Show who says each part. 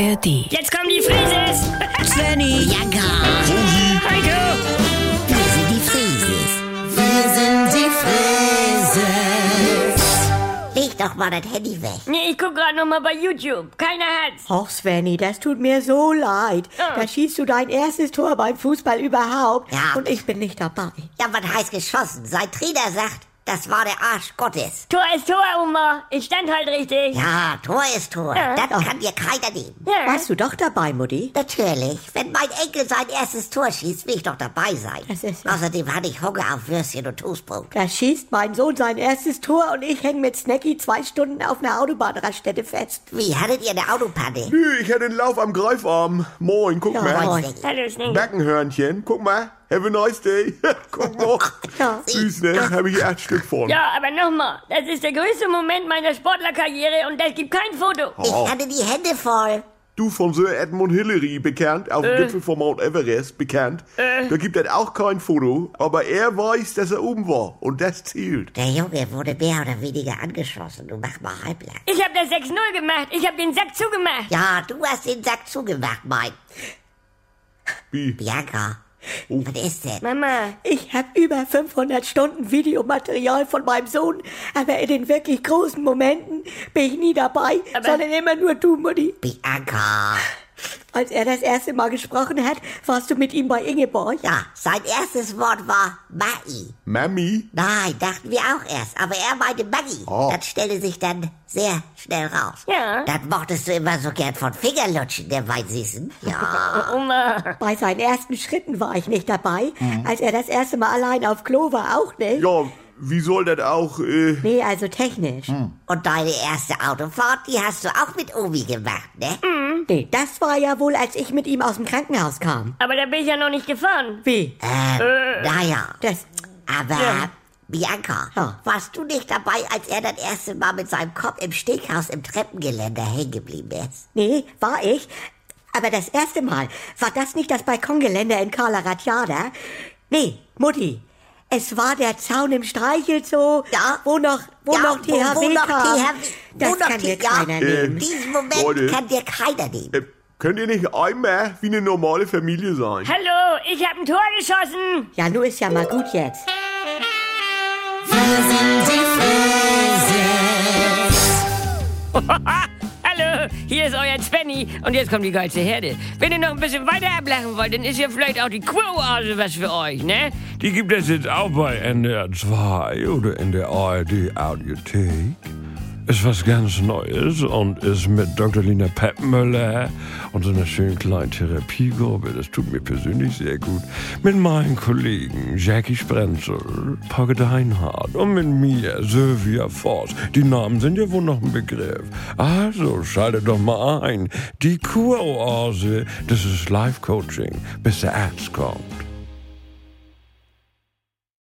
Speaker 1: ARD.
Speaker 2: Jetzt kommen die Frises!
Speaker 3: Svenny,
Speaker 4: Ja, gar.
Speaker 2: Heiko!
Speaker 4: Wir sind die Frieses. Wir sind die Frieses. Leg doch mal das Handy weg.
Speaker 2: Nee, ich guck grad noch mal bei YouTube. Keiner hat's.
Speaker 3: Och, Svenny, das tut mir so leid.
Speaker 2: Ja.
Speaker 3: Da schießt du dein erstes Tor beim Fußball überhaupt.
Speaker 4: Ja.
Speaker 3: Und ich bin nicht dabei.
Speaker 4: Ja, was heißt geschossen? Sein Trainer sagt, das war der Arsch Gottes.
Speaker 2: Tor ist Tor, Oma. Ich stand halt richtig.
Speaker 4: Ja, Tor ist Tor.
Speaker 2: Ja.
Speaker 4: Das kann dir keiner nehmen.
Speaker 2: Ja.
Speaker 3: Warst du doch dabei, Mutti?
Speaker 4: Natürlich. Wenn mein Enkel sein erstes Tor schießt, will ich doch dabei sein.
Speaker 3: Das ist ja-
Speaker 4: Außerdem hatte ich Hunger auf Würstchen und Toastbrot.
Speaker 3: Da schießt mein Sohn sein erstes Tor und ich häng mit Snacky zwei Stunden auf einer Autobahnraststätte fest.
Speaker 4: Wie, hattet ihr eine Autopanne?
Speaker 5: Nö, ich hätte einen Lauf am Greifarm. Moin, guck mal.
Speaker 3: moin.
Speaker 4: Wolfsding.
Speaker 2: Hallo, Snake.
Speaker 5: Backenhörnchen, guck mal. Have a nice day. guck mal.
Speaker 3: Ja.
Speaker 5: Süß, ne? Habe ich acht Stück von.
Speaker 2: Ja, aber nochmal. Das ist der größte Moment meiner Sportlerkarriere und das gibt kein Foto.
Speaker 5: Oh.
Speaker 4: Ich hatte die Hände voll.
Speaker 5: Du vom Sir Edmund Hillary, bekannt, auf dem Gipfel von Mount Everest, bekannt. Da gibt es auch kein Foto, aber er weiß, dass er oben war. Und das zählt.
Speaker 4: Der Junge wurde mehr oder weniger angeschossen. Du mach mal halblang.
Speaker 2: Ich hab das 6-0 gemacht. Ich hab den Sack zugemacht.
Speaker 4: Ja, du hast den Sack zugemacht, mein.
Speaker 5: Wie? Oh.
Speaker 4: Bianca, was ist denn?
Speaker 2: Mama.
Speaker 3: Ich habe über 500 Stunden Videomaterial von meinem Sohn, aber in den wirklich großen Momenten bin ich nie dabei,
Speaker 2: Aber-
Speaker 3: sondern immer nur du, Mutti.
Speaker 4: Bianca.
Speaker 3: Als er das erste Mal gesprochen hat, warst du mit ihm bei Ingeborg.
Speaker 4: Ja, sein erstes Wort war Mai.
Speaker 5: Mami?
Speaker 4: Nein, dachten wir auch erst, aber er meinte Maggi.
Speaker 5: Oh.
Speaker 4: Das stellte sich dann sehr schnell raus.
Speaker 2: Ja.
Speaker 4: Dann mochtest du immer so gern von Fingerlutschen, der mein Süßen. Ja.
Speaker 2: Oma.
Speaker 3: Bei seinen ersten Schritten war ich nicht dabei, als er das erste Mal allein auf Klo war, auch nicht.
Speaker 5: Ja, wie soll das auch, äh,
Speaker 3: Nee, also technisch.
Speaker 4: Und deine erste Autofahrt, die hast du auch mit Omi gemacht, ne?
Speaker 3: Nee, das war ja wohl, als ich mit ihm aus dem Krankenhaus kam.
Speaker 2: Aber da bin ich ja noch nicht gefahren.
Speaker 3: Wie?
Speaker 4: Äh, naja.
Speaker 3: Das.
Speaker 4: Aber, Bianca,
Speaker 3: Ja.
Speaker 4: warst du nicht dabei, als er das erste Mal mit seinem Kopf im Steghaus im Treppengeländer hängen geblieben ist?
Speaker 3: Nee, war ich. Aber das erste Mal, war das nicht das Balkongeländer in Carla Ratjada? Nee, Mutti. Es war der Zaun im Streichelzoo,
Speaker 4: Ja.
Speaker 3: wo noch, wo
Speaker 4: Ja,
Speaker 3: noch THW
Speaker 4: wo noch
Speaker 3: kam.
Speaker 4: THW?
Speaker 3: Das
Speaker 4: wo noch
Speaker 3: kann
Speaker 4: T-
Speaker 3: dir
Speaker 4: ja,
Speaker 3: keiner nehmen.
Speaker 4: Diesen Moment
Speaker 5: Leute.
Speaker 4: kann dir keiner nehmen.
Speaker 5: äh, könnt ihr nicht einmal wie eine normale Familie sein?
Speaker 2: Hallo, ich hab ein Tor geschossen.
Speaker 3: Ja, nun ist ja mal gut jetzt.
Speaker 2: Hallo, hier ist euer Svenny und jetzt kommt die geilste Herde. Wenn ihr noch ein bisschen weiter ablachen wollt, dann ist hier vielleicht auch die Quo-Oase was für euch, ne?
Speaker 6: Die gibt es jetzt auch bei NDR 2 oder in der ARD Audiothek. Ist was ganz Neues und ist mit Dr. Lina Peppmüller und so einer schönen kleinen Therapiegruppe, das tut mir persönlich sehr gut, mit meinen Kollegen Jackie Sprenzel, Pogge Deinhardt und mit mir, Sylvia Voss. Die Namen sind ja wohl noch ein Begriff. Also schaltet doch mal ein. Die Kuroase, das ist Life-Coaching, bis der Arzt kommt.